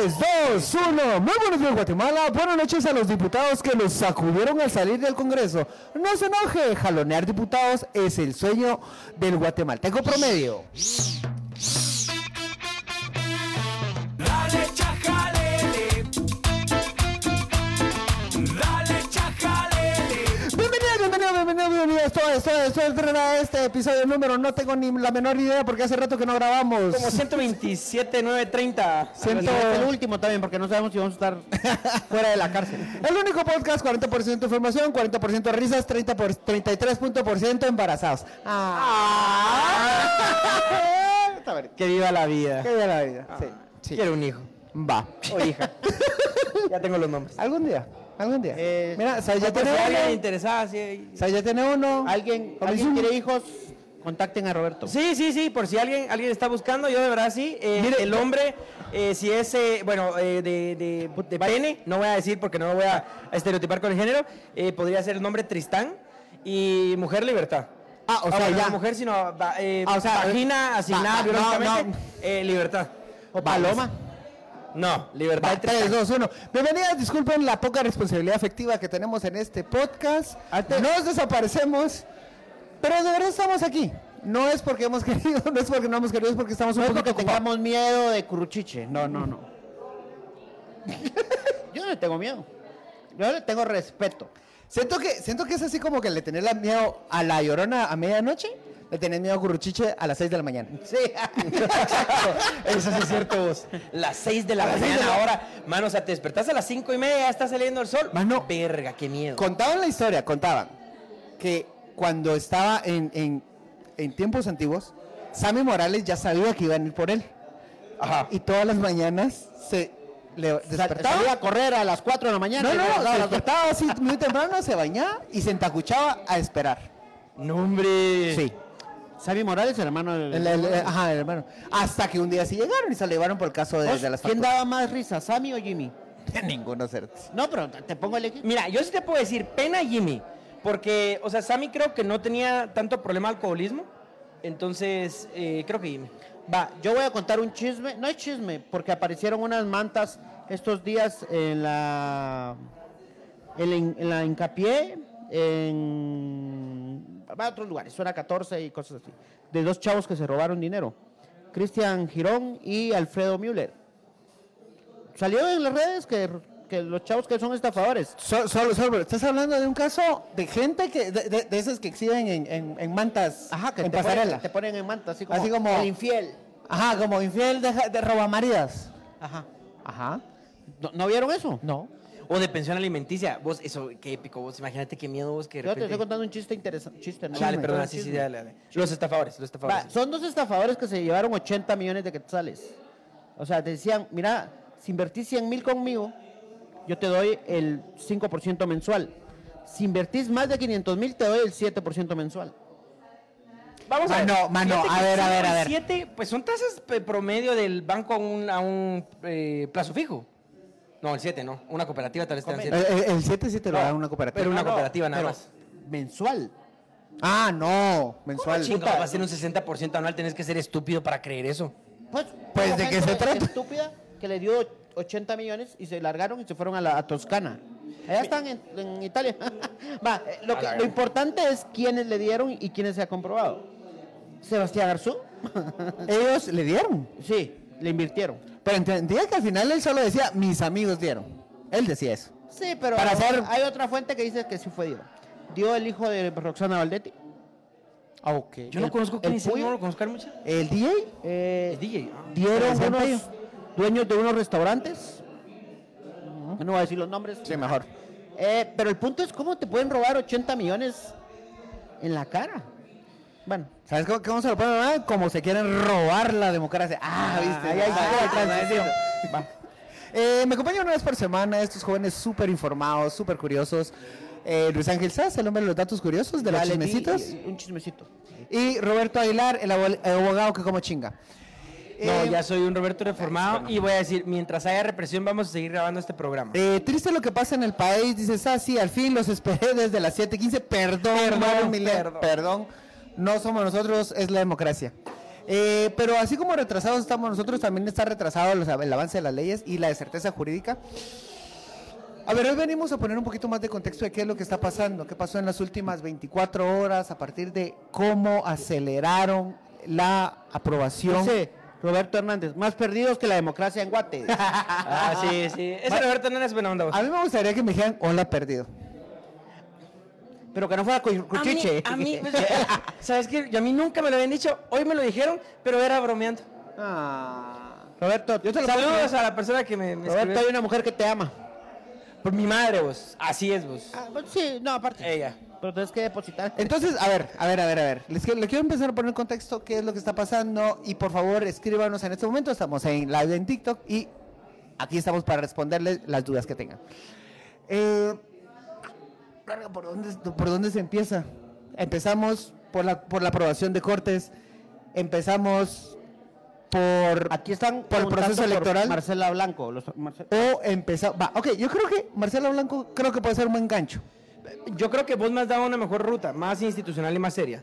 2, 1. Muy buenos días, Guatemala. Buenas noches a los diputados que los sacudieron al salir del Congreso. No se enoje, jalonear diputados es el sueño del guatemalteco promedio. Dale chajalele. Dale chajalele. Bienvenidos, bienvenidos, bienvenidos, bienvenidos. Esto es, esto es, esto es verdad, este episodio número. No tengo ni la menor idea porque hace rato que no grabamos. Como 127, 930. Ciento- Este Es el último también, porque no sabemos si vamos a estar fuera de la cárcel. El único podcast, 40% información, 40% risas, 30 por, 33% embarazados. Ah. Que viva la vida. Qué bella la vida. Ah. Sí, sí. Quiero un hijo. Va. O hija. ya tengo los nombres. Algún día, algún día. Eh, Mira, o sea, ya Pues, tiene si alguien uno. interesada, sí. o sea, ya tiene uno. ¿Alguien, Con ¿alguien Zoom. quiere hijos? Contacten a Roberto. Sí, sí, sí, por si alguien alguien está buscando, yo de verdad sí. Eh, Mire, el hombre, eh, si es, eh, bueno, eh, de, de, de pene, no voy a decir porque no lo voy a estereotipar con el género, eh, podría ser el nombre Tristán y mujer libertad. Ah, o sea, bueno, ya. no mujer, sino va- eh, Ah, o sea, vagina asignada va- va- biológicamente, no, no. eh, libertad. O Paloma. No, libertad. Va, y Tristán. 3, 2, 1. Bienvenidas, disculpen la poca responsabilidad afectiva que tenemos en este podcast. Nos desaparecemos, pero de verdad estamos aquí. No es porque hemos querido, no es porque no hemos querido, es porque estamos un No es poquito porque ocupados. tengamos miedo de curruchiche. No, no, no. Yo no le tengo miedo. Yo le tengo respeto. Siento que, siento que es así como que le tenés la miedo a la llorona a medianoche, le tenés miedo a Curruchiche a las 6 de la mañana. Sí. Eso sí es cierto vos. Las 6 de la A las seis de mañana la- ahora. Mano, o sea, te despertás a las 5 y media, ya está saliendo el sol. Mano. Verga, qué miedo. Contaban la historia, contaban que cuando estaba en, en- en tiempos antiguos, Sammy Morales ya sabía que iban a ir por él. Ajá. Y todas las mañanas se le despertaba. Salía a correr a las 4 de la mañana. No, y no, regresaba se a las dos. despertaba así muy temprano, se bañaba y se entacuchaba a esperar. No, hombre. Sí. Sammy Morales, el hermano del... El- el- el- ajá, el hermano. Hasta que un día sí llegaron y se lo llevaron por el caso de, ¿Vos de las Pues, ¿Quién facturas. daba más risa, Sammy o Jimmy? Ninguno, cierto. No, pero te te pongo el equipo. Mira, yo sí te puedo decir, pena Jimmy. Porque, o sea, Sammy creo que no tenía tanto problema de alcoholismo. Entonces, eh, creo que Jimmy. Va, yo voy a contar un chisme. No es chisme, porque aparecieron unas mantas estos días en la. En, la hin- en la hincapié, en. va a otros lugares, zona 14 y cosas así. De dos chavos que se robaron dinero: Cristian Girón y Alfredo Müller. Salió en las redes que, que los chavos que son estafadores. Solo, solo, solo, estás hablando de un caso de gente que, de, de- de esas que exhiben en, en- en mantas, Ajá, que en te pasarela. ponen, te ponen en manta, así como, Así como- el infiel. Ajá, como infiel de, de robamaridas. Ajá. Ajá. ¿No, no vieron eso? No. O de pensión alimenticia. Vos, eso, qué épico. Vos, imagínate qué miedo vos que de Yo te repente... estoy contando un chiste interesante. Chiste, ¿no? Dale, Chisme, perdona, un sí, sí, chisme. dale, dale. Los estafadores, los Va, estafadores. son dos estafadores que se llevaron 80 millones de quetzales. O sea, te decían, mira, si invertís 100 mil conmigo, yo te doy el 5% mensual. Si invertís más de 500 mil, te doy el 7% mensual. Vamos a Mano, ver. mano, Fíjate a que ver, a cinco ver, a y ver. siete, pues son tasas pe- promedio del banco a un, a un eh, plazo fijo. No, el 7 no. Una cooperativa tal vez te dan El, siete. el 7 sí te lo No, da una cooperativa. Pero Eh, una Ah, no. cooperativa nada pero más. Mensual. Ah, no. Mensual. Chingado, va a ser un 60% anual, tenés que ser estúpido para creer eso. Pues, Pues, una ¿de qué gente se trata? Estúpida que le dio 80 millones y se largaron y se fueron a, la, a Toscana. Allá están en, en Italia. Va, eh, lo, A que- la lo gran- importante es quiénes le dieron y quiénes se ha comprobado. Sebastián Garzú, Ellos le dieron. sí, le invirtieron. Pero entendía que al final él solo decía, mis amigos dieron. Él decía eso. Sí, pero Para hacer- hay otra fuente que dice que sí fue Dio. Dio el hijo de Roxana Valdetti. Ah, ok. Yo no El- conozco el quién es, Puyo. no lo conozco mucho. ¿El DJ? Eh, El DJ. ah. dieron Sebastián unos Pello. dueños de unos restaurantes. No voy a decir los nombres. Sí, mejor. Eh, pero el punto es cómo te pueden robar 80 millones en la cara. Bueno, ¿Sabes cómo, cómo se lo pueden llamar? Como se quieren robar la democracia. Ah, viste. Ahí hay ah, la transición. Va. Eh, me acompañan una vez por semana estos jóvenes súper informados, súper curiosos. Eh, Luis Ángel Sass, el hombre de los datos curiosos, de los ya le di chismecitos. y- Un chismecito. Y Roberto Aguilar, el abol- el abogado que como chinga. No, Eh, ya soy un Roberto reformado y voy a decir, mientras haya represión vamos a seguir grabando este programa. eh, triste lo que pasa en el país, dices, ah, sí, al fin los esperé desde las 7:15. Perdón, perdón, perdón. No somos nosotros, es la democracia. Eh, pero así como retrasados estamos nosotros, también está retrasado los- el avance de las leyes y la certeza jurídica. A ver, hoy venimos a poner un poquito más de contexto de qué es lo que está pasando, qué pasó en las últimas 24 horas a partir de cómo aceleraron la aprobación. Dice Roberto Hernández, más perdidos que la democracia en Guate. Ah, sí, sí. Ese Roberto no es buena onda. vos. A mí me gustaría que me dijeran, hola, perdido. Pero que no fuera cu- A mí, cuchiche. a mí, pues, ¿sabes qué? Yo a mí nunca me lo habían dicho, hoy me lo dijeron, pero era bromeando. Ah, Roberto, Saludos a la persona que me, me Roberto, hay escribió. una mujer que te ama. Por mi madre, vos. Así es, vos. Ah, pues sí, no, aparte. Ella. Pero tienes que depositar. Entonces, a ver, a ver, a ver, a ver. Les quiero, le quiero empezar a poner en contexto qué es lo que está pasando y por favor escríbanos en este momento. Estamos en live en TikTok y aquí estamos para responderles las dudas que tengan. Eh, carga, ¿por, dónde, ¿Por dónde se empieza? Empezamos por la, por la aprobación de cortes. Empezamos por... Aquí están Por el proceso preguntando por electoral. Marcela Blanco. los- Marce- O empezamos... Va, ok, yo creo que Marcela Blanco creo que puede ser un buen gancho. Yo creo que vos me has dado una mejor ruta, más institucional y más seria.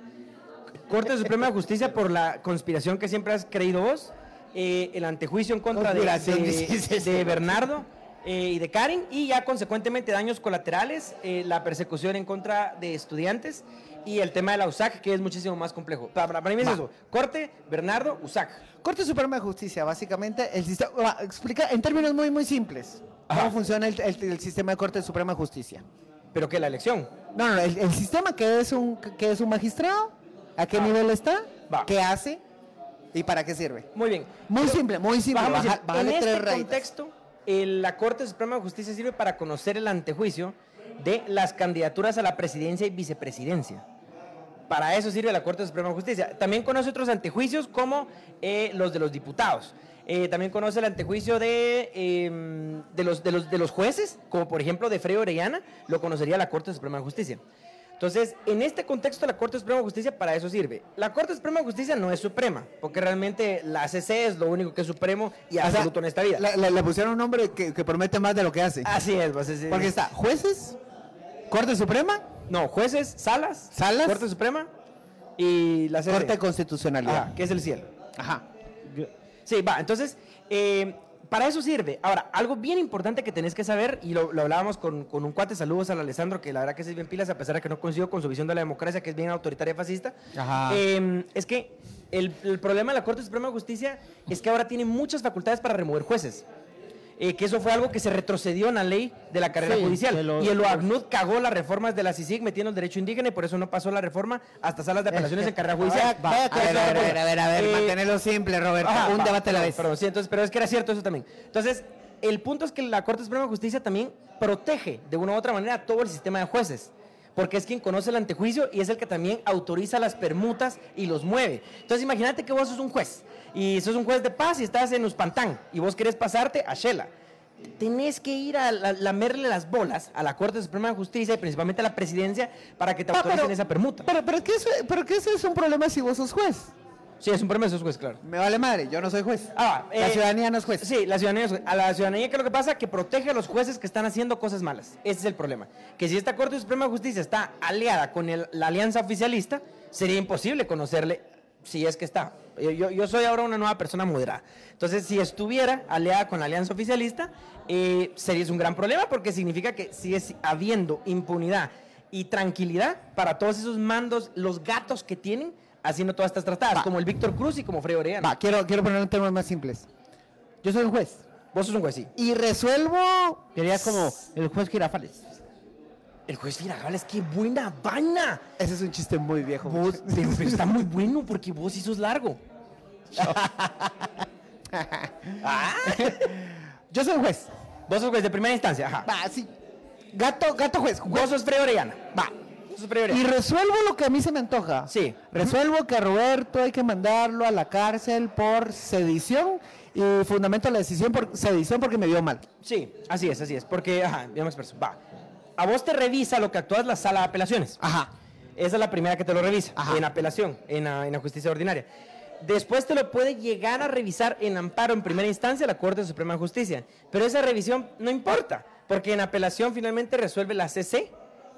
Corte Suprema de Justicia por la conspiración que siempre has creído vos, eh, el antejuicio en contra de, Conspiración, de- dices. de Bernardo eh, y de Karen, y ya consecuentemente daños colaterales, eh, la persecución en contra de estudiantes y el tema de la USAC, que es muchísimo más complejo. Para, para mí es Va. eso, Corte, Bernardo, USAC. Corte Suprema de Justicia, básicamente, el sistema, va, explica en términos muy, muy simples cómo funciona el, el- el sistema de Corte Suprema de Justicia. Pero que la elección. No, no, el, el sistema que es un, que es un magistrado, a qué nivel está, Ah. Va. qué hace y para qué sirve. Muy bien. Muy simple, muy simple. Bajamos baja- el- bájale en este tres rayitas. contexto, el- la Corte Suprema de Justicia sirve para conocer el antejuicio de las candidaturas a la presidencia y vicepresidencia. Para eso sirve la Corte Suprema de Justicia. También conoce otros antejuicios como eh, los de los diputados. Eh, también conoce el antejuicio de, eh, de, los, de, los, de los jueces, como por ejemplo de Frei Orellana, lo conocería la Corte Suprema de Justicia. Entonces, en este contexto, la Corte Suprema de Justicia para eso sirve. La Corte Suprema de Justicia no es suprema, porque realmente la CC es lo único que es supremo y O sea, absoluto en esta vida. Le, le- le pusieron un nombre que, que promete más de lo que hace. Así es, pues, es- es- Porque está jueces, Corte Suprema, No, jueces, salas, Salas. Corte Suprema y la CC. Corte de Constitucionalidad. Ajá, que es el cielo. Ajá. Sí, va, entonces, eh, para eso sirve. Ahora, algo bien importante que tenés que saber, y lo, lo hablábamos con, con un cuate, saludos al Alessandro, que la verdad que sí es bien pilas, a pesar de que no coincido con su visión de la democracia, que es bien autoritaria fascista, Ajá. eh, es que el, el problema de la Corte Suprema de Justicia es que ahora tiene muchas facultades para remover jueces. Eh, que eso fue algo que se retrocedió en la ley de la carrera Sí, de judicial. los- y el OACNUD cagó las reformas de la CICIG metiendo el derecho indígena y por eso no pasó la reforma hasta salas de apelaciones en carrera judicial. Va, Vaya a, que ver, eso a es otra ver, cosa. a ver, a ver, Eh, mantenerlo simple, Roberto. Ajá, un va, debate a la perdón, vez. perdón, sí, entonces, pero es que era cierto eso también. Entonces, el punto es que la Corte Suprema de Justicia también protege de una u otra manera a todo el sistema de jueces. Porque es quien conoce el antejuicio y es el que también autoriza las permutas y los mueve. Entonces, imagínate que vos sos un juez. Y sos un juez de paz y estás en Uspantán. Y vos querés pasarte a Shela. Tenés que ir a la- lamerle las bolas a la Corte Suprema de Justicia y principalmente a la presidencia para que te Ah, autoricen esa permuta. Pero, pero, es que eso, pero que eso es un problema si vos sos juez. sí, es un permiso, es juez, claro. Me vale madre, yo no soy juez. Ah, la eh, ciudadanía no es juez. Sí, la ciudadanía es juez. A la ciudadanía, ¿qué es lo que pasa? Que protege a los jueces que están haciendo cosas malas. Ese es el problema. Que si esta Corte Suprema de Justicia está aliada con el- la alianza oficialista, sería imposible conocerle si es que está. Yo, yo- yo soy ahora una nueva persona moderada. Entonces, si estuviera aliada con la alianza oficialista, eh, sería es un gran problema porque significa que sigue si- habiendo impunidad y tranquilidad para todos esos mandos, los gatos que tienen haciendo todas estas tratadas, Va. como el Víctor Cruz y como Frey Orellana. Va, quiero, quiero ponerlo en términos más simples. Yo soy un juez. Vos sos un juez, sí. Y resuelvo. Querías como el juez Girafales. El juez Firagales, qué buena vaina. Ese es un chiste muy viejo. Vos, pero está muy bueno porque vos sí sos largo. Yo soy un juez. Vos sos juez de primera instancia, ajá. Va, sí. Gato, gato juez. juez. Vos sos Frey Orellana. Va. Vos sos Y Frey Orellana. resuelvo lo que a mí se me antoja. Sí. Resuelvo que a Roberto hay que mandarlo a la cárcel por sedición y fundamento la decisión por sedición porque me vio mal. Sí, así es, así es. Porque, ajá, ya me expreso. Va. A vos te revisa lo que actúas la sala de apelaciones. Ajá. Esa es la primera que te lo revisa, Ajá. en apelación, en la, en la justicia ordinaria. Después te lo puede llegar a revisar en amparo en primera instancia la Corte Suprema de Justicia. Pero esa revisión no importa, porque en apelación finalmente resuelve la CC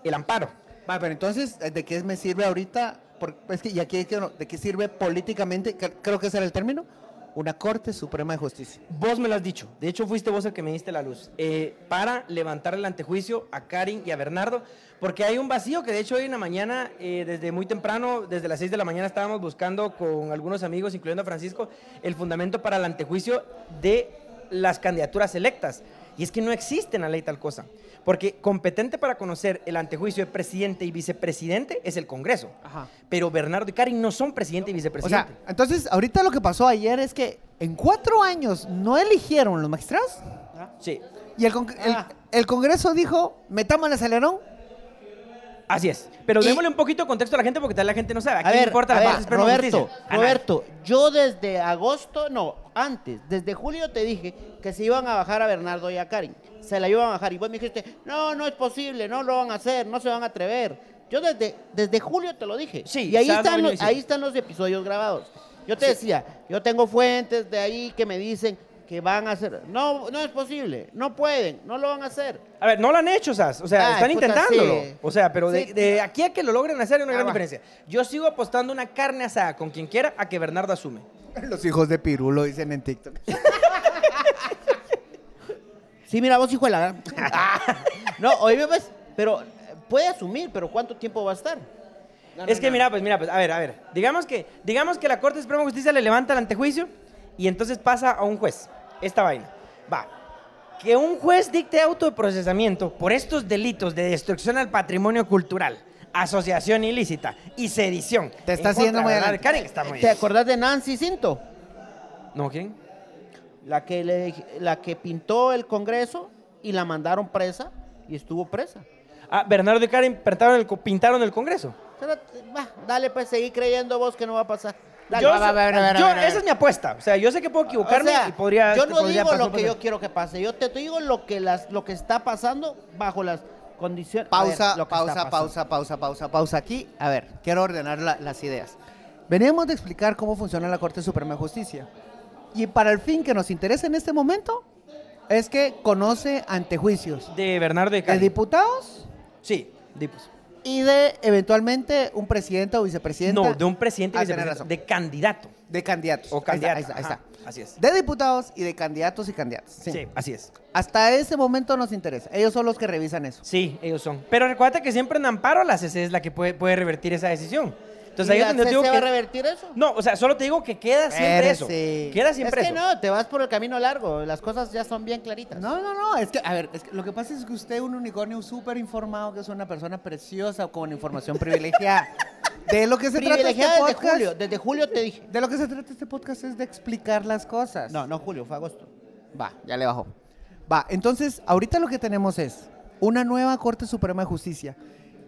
el amparo. eh, Va, pero entonces, ¿de qué me sirve ahorita por- es que, y aquí es que no- de qué sirve políticamente, Cre- creo que ese era el término, una Corte Suprema de Justicia. Vos me lo has dicho. De hecho, fuiste vos el que me diste la luz. eh, para levantar el antejuicio a Karin y a Bernardo, porque hay un vacío que de hecho hoy en la mañana, eh, desde muy temprano, desde las 6 de la mañana, estábamos buscando con algunos amigos, incluyendo a Francisco, el fundamento para el antejuicio de las candidaturas electas. Y es que no existe en la ley tal cosa. Porque competente para conocer el antejuicio de presidente y vicepresidente es el Congreso. Ajá. Pero Bernardo y Karin no son presidente y O vicepresidente. sea, entonces, ahorita lo que pasó ayer es que en cuatro años no eligieron los magistrados sí, y el, con- el- Ah. el Congreso dijo, metamos el acelerón. Así es. Pero Y- démosle un poquito de contexto a la gente porque tal vez la gente no sabe. ¿A, A quién ver, importa a la ver, parte suprema de Roberto, justicia? A nadie. Roberto, yo desde agosto, no, antes, desde julio te dije que se iban a bajar a Bernardo y a Karin. Se la iban a bajar. Y vos me dijiste, no, no es posible, no lo van a hacer, no se van a atrever. Yo desde, desde julio te lo dije. Sí, y ahí estabas muy están, los, bien, sí. ahí están los episodios grabados. Yo te decía, yo tengo fuentes de ahí que me dicen que van a hacer. No, no es posible, no pueden, no lo van a hacer. A ver, no lo han hecho, Sas. O sea, Ay, están Ah, puta, intentándolo. sí. O sea, pero de, Sí. de aquí a que lo logren hacer hay una gran Ah, va. diferencia. Yo sigo apostando una carne asada con quien quiera a que Bernardo asume. Los hijos de Pirulo dicen en TikTok. Sí, mira, vos hijo de la gran- No, oíme pues, pero eh, puede asumir, pero ¿cuánto tiempo va a estar? es que mira, pues mira, pues a ver, a ver. Digamos que, digamos que la Corte Suprema de Justicia le levanta el antejuicio y entonces pasa a un juez. Esta vaina. Va. Que un juez dicte auto de procesamiento por estos delitos de destrucción al patrimonio cultural, asociación ilícita y sedición. Te estás En yendo contra muy de la- adelante. Karen está muy ¿Te acordás de Nancy Cinto? ¿No quién? La que, le, la que pintó el Congreso y la mandaron presa y estuvo presa. Ah, Bernardo y Karen pintaron el, co- pintaron el Congreso. Pero, bah, dale, pues, seguí creyendo vos que no va a pasar. Dale. Yo Va, sé- va, va, va, va, yo- va, va. Esa es mi apuesta. O sea, yo sé que puedo O equivocarme sea, y podría. yo te no podría digo pasar lo que por- yo quiero que pase, yo te digo lo que, las, lo que está pasando bajo las condiciones. a ver, Pausa, lo que está pausa, pasando. pausa, pausa, pausa, pausa aquí. A ver, quiero ordenar la- las ideas. Veníamos de explicar cómo funciona la Corte Suprema de Justicia. Y para el fin que nos interesa en este momento es que conoce antejuicios De Bernardo y de Karen. diputados Sí, dipus. y de eventualmente un presidente o vicepresidente. No, de un presidente, y Ah, tenés vicepresidente razón. de candidato. De candidatos. O Ahí está, candidata. ahí está, ahí está. ajá, Así es. De diputados y de candidatos y candidatas. Sí. así es. Hasta ese momento nos interesa. Ellos son los que revisan eso. Sí, ellos son. Pero recuerda que siempre en amparo la CC es la que puede, puede revertir esa decisión. Entonces ¿Y ahí es la donde yo CC digo va a que. revertir eso? No, o sea, solo te digo que queda siempre eso. Espérese. Queda siempre es que eso. no, te vas por el camino largo, las cosas ya son bien claritas. No, no, no, es que, a ver, es que lo que pasa es que usted es un unicornio súper informado, que es una persona preciosa, con información privilegiada. De lo que se trata este Privilegiada desde podcast, julio, desde julio te dije. de lo que se trata este podcast es de explicar las cosas. No, no julio, fue agosto. Va, ya le bajó. Va, entonces, ahorita lo que tenemos es una nueva Corte Suprema de Justicia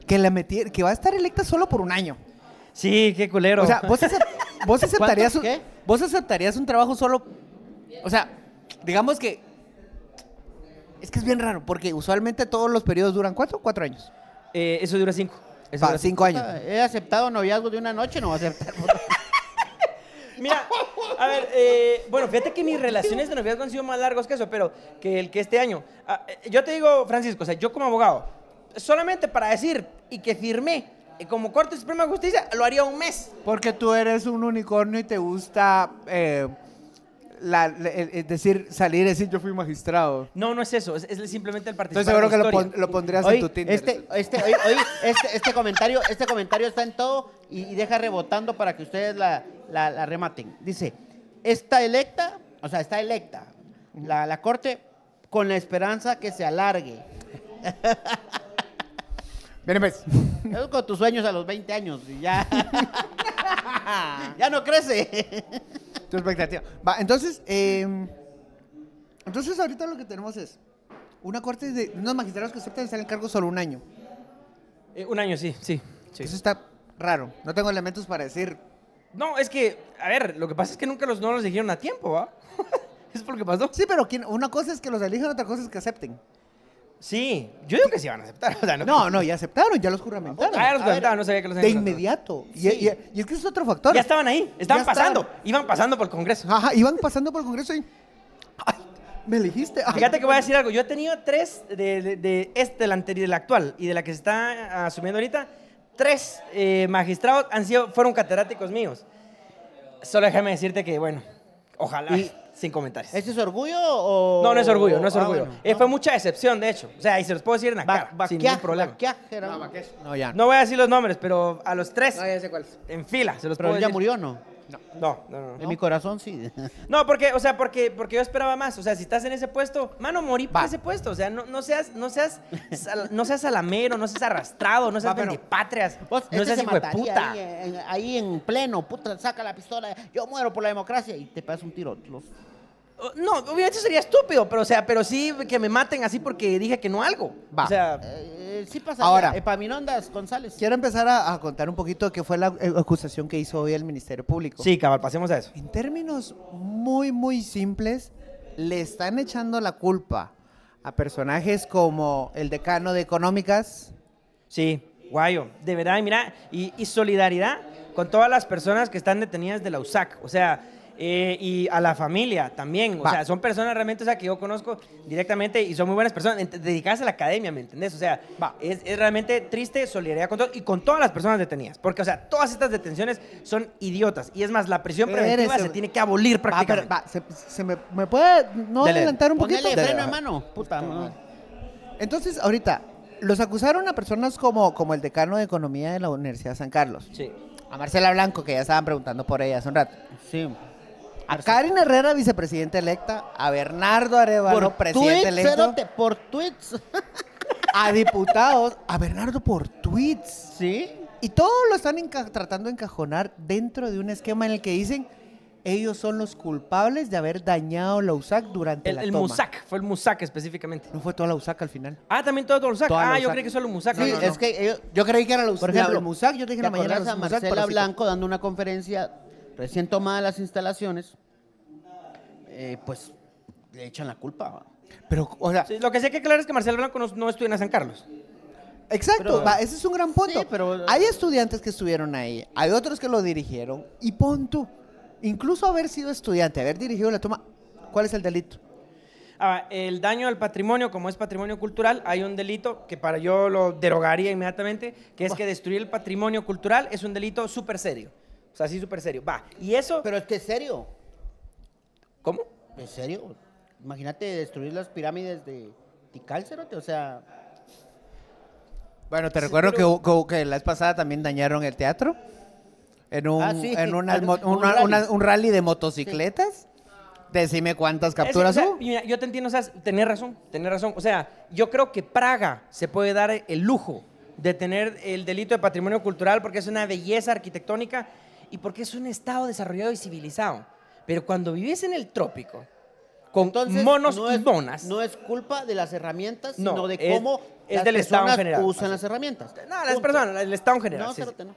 que la meti- que va a estar electa solo por un año. Sí, qué culero. O sea, vos, acep- vos aceptarías un, ¿Cuántos qué? vos aceptarías un trabajo solo. O sea, digamos que. Es que es bien raro, porque usualmente todos los periodos duran cuatro, cuatro años. Eh, eso dura cinco. Eso Va, dura cinco años. Ah, He aceptado noviazgo de una noche, no voy a aceptar. Mira, a ver, eh, bueno, fíjate que mis relaciones de noviazgo han sido más largos que eso, pero que el que este año. Ah, eh, yo te digo, Francisco, o sea, yo como abogado, solamente para decir y que firmé eh, como Corte Suprema de Justicia, lo haría un mes. Porque tú eres un unicornio y te gusta eh, decir, salir y decir yo fui magistrado. No, no es eso, es, es simplemente el participar. Entonces seguro en la que lo, historia. pon- lo pondrías Hoy, en tu Tinder. este, este, hoy- hoy, este, este comentario, este comentario está en todo y, y deja rebotando para que ustedes la, la- la rematen. Dice, está electa, o sea, está electa la, la corte con la esperanza que se alargue. Miren, pues. Es con tus sueños a los 20 años y ya. ya no crece. Tu expectativa. Va, entonces, eh, entonces ahorita lo que tenemos es una corte de unos magistrados que aceptan estar en cargo solo un año. Eh, un año, sí, sí. sí. Eso está raro. No tengo elementos para decir. No, es que, a ver, lo que pasa es que nunca los, no los dijeron a tiempo, ¿va? es porque pasó. Sí, pero ¿quién- una cosa es que los elijan, otra cosa es que acepten. Sí, yo digo que sí van a aceptar. O sea, no, pues No, no, ya aceptaron, ya los juramentaron. Ah, ya los A ver, juramentaron, no sabía que los De habían juramentado. inmediato. Y, Sí. y- y es que es otro factor. Ya estaban ahí, estaban Ya estaban. pasando, iban pasando por el Congreso. Ajá, iban pasando por el Congreso y... Ay, me elegiste. Ay, Fíjate que voy a decir algo. Yo he tenido tres de, de- de este, del anterior, del actual y de la que se está ah, asumiendo ahorita. tres eh, magistrados han sido, fueron catedráticos míos. Solo déjame decirte que, bueno, ojalá, Y- sin comentarios. ¿Ese es orgullo o.? No, no es orgullo, no es Ah, orgullo. bueno. Eh, Fue mucha decepción, de hecho. O sea, y se los puedo decir en la Ba- cara, sin ningún Baquiaj, problema. Baquiaj era- No, ya. No voy a decir los nombres, pero a los tres, No, ya sé cuál. en fila, se los Pero puedo él ya decir. murió, ¿no? No, no, no. En mi corazón sí. No, porque, o sea, porque, porque yo esperaba más. O sea, si estás en ese puesto, mano, morí por Va. ese puesto. O sea, no, no seas, no seas, sal- no seas salamero, no seas arrastrado, no seas Va, pero- vendepatrias, Pues, Vos, no este seas se hijo de mataría puta. Ahí en, ahí en pleno, puta, saca la pistola, yo muero por la democracia y te pasa un tiro. Los- Oh, No, obviamente sería estúpido, pero o sea, pero sí que me maten así porque dije que no algo. Va. O sea, Eh, sí pasa. Ahora, Ahora. Epaminondas González. Quiero empezar a, a contar un poquito de qué fue la eh, acusación que hizo hoy el Ministerio Público. sí, cabal, pasemos a eso. En términos muy, muy simples, le están echando la culpa a personajes como el decano de Económicas. Sí, guayo. De verdad, y mira, y, y solidaridad con todas las personas que están detenidas de la USAC. O sea, eh, y a la familia también. O Va. sea, son personas realmente, o sea, que yo conozco directamente y son muy buenas personas, ent- dedicadas a la academia, ¿me entendés? O sea, es, es realmente triste solidaridad con todos y con todas las personas detenidas. Porque, o sea, todas estas detenciones son idiotas. Y es más, la prisión Pero preventiva eres- se tiene que abolir Va, prácticamente. pero, va, se, se me, ¿me puede no Dale, adelantar un poquito? Este, Ponele freno a de mano. Puta, madre. Entonces, ahorita, los acusaron a personas como, como el decano de Economía de la Universidad de San Carlos. Sí. A Marcela Blanco, que ya estaban preguntando por ella hace un rato. Sí. A Karin Herrera, vicepresidenta electa. A Bernardo Arevalo, presidente tweets, electo. cerote, por tweets. A diputados. A Bernardo por tweets. Sí. Y todo lo están enca- tratando de encajonar dentro de un esquema en el que dicen ellos son los culpables de haber dañado la USAC durante El, la el toma. MUSAC, fue el MUSAC específicamente. No fue toda la USAC al final. Ah, también todo el MUSAC. Toda la Ah, yo USAC. creí que solo el MUSAC. Sí, No, no, no. es que ellos. Yo creí que era la USAC. Por ejemplo, la MUSAC, yo te dije en la mañana. a los MUSAC Marcela parásitos. Blanco dando una conferencia recién tomada las instalaciones? Eh, pues le echan la culpa. ¿va? Pero, o sea, Sí, lo que sí hay que aclarar es que Marcelo Blanco no, no estuvo en San Carlos. exacto, Pero- va, ese es un gran punto. Sí, pero- hay estudiantes que estuvieron ahí, hay otros que lo dirigieron, y pon tú, incluso haber sido estudiante, haber dirigido la toma, ¿cuál es el delito? Ah, el daño al patrimonio, como es patrimonio cultural, hay un delito que para yo lo derogaría inmediatamente, que es que destruir el patrimonio cultural es un delito súper serio. O sea, sí, súper serio. Va. Y eso... Pero es que es serio. ¿Cómo? ¿En serio? Imagínate destruir las pirámides de Tikal, cerote, o sea... Bueno, te recuerdo que hu- que, hu- que la vez pasada también dañaron el teatro. En un, Ah, sí. en unas Al- mo- un una- rally. una- un rally de motocicletas. Decime cuántas capturas Es- o sea, hubo. mira, yo te entiendo, o sea, tenés razón, tenés razón. O sea, yo creo que Praga se puede dar el lujo de tener el delito de patrimonio cultural porque es una belleza arquitectónica y porque es un estado desarrollado y civilizado. Pero cuando vives en el trópico, con monos no y es, monas... No es culpa de las herramientas, No, sino de es- cómo es las del Estado en personas general, usan así. las herramientas. No, las Punto. personas, el Estado en general. No, sí, sí. cerote, no.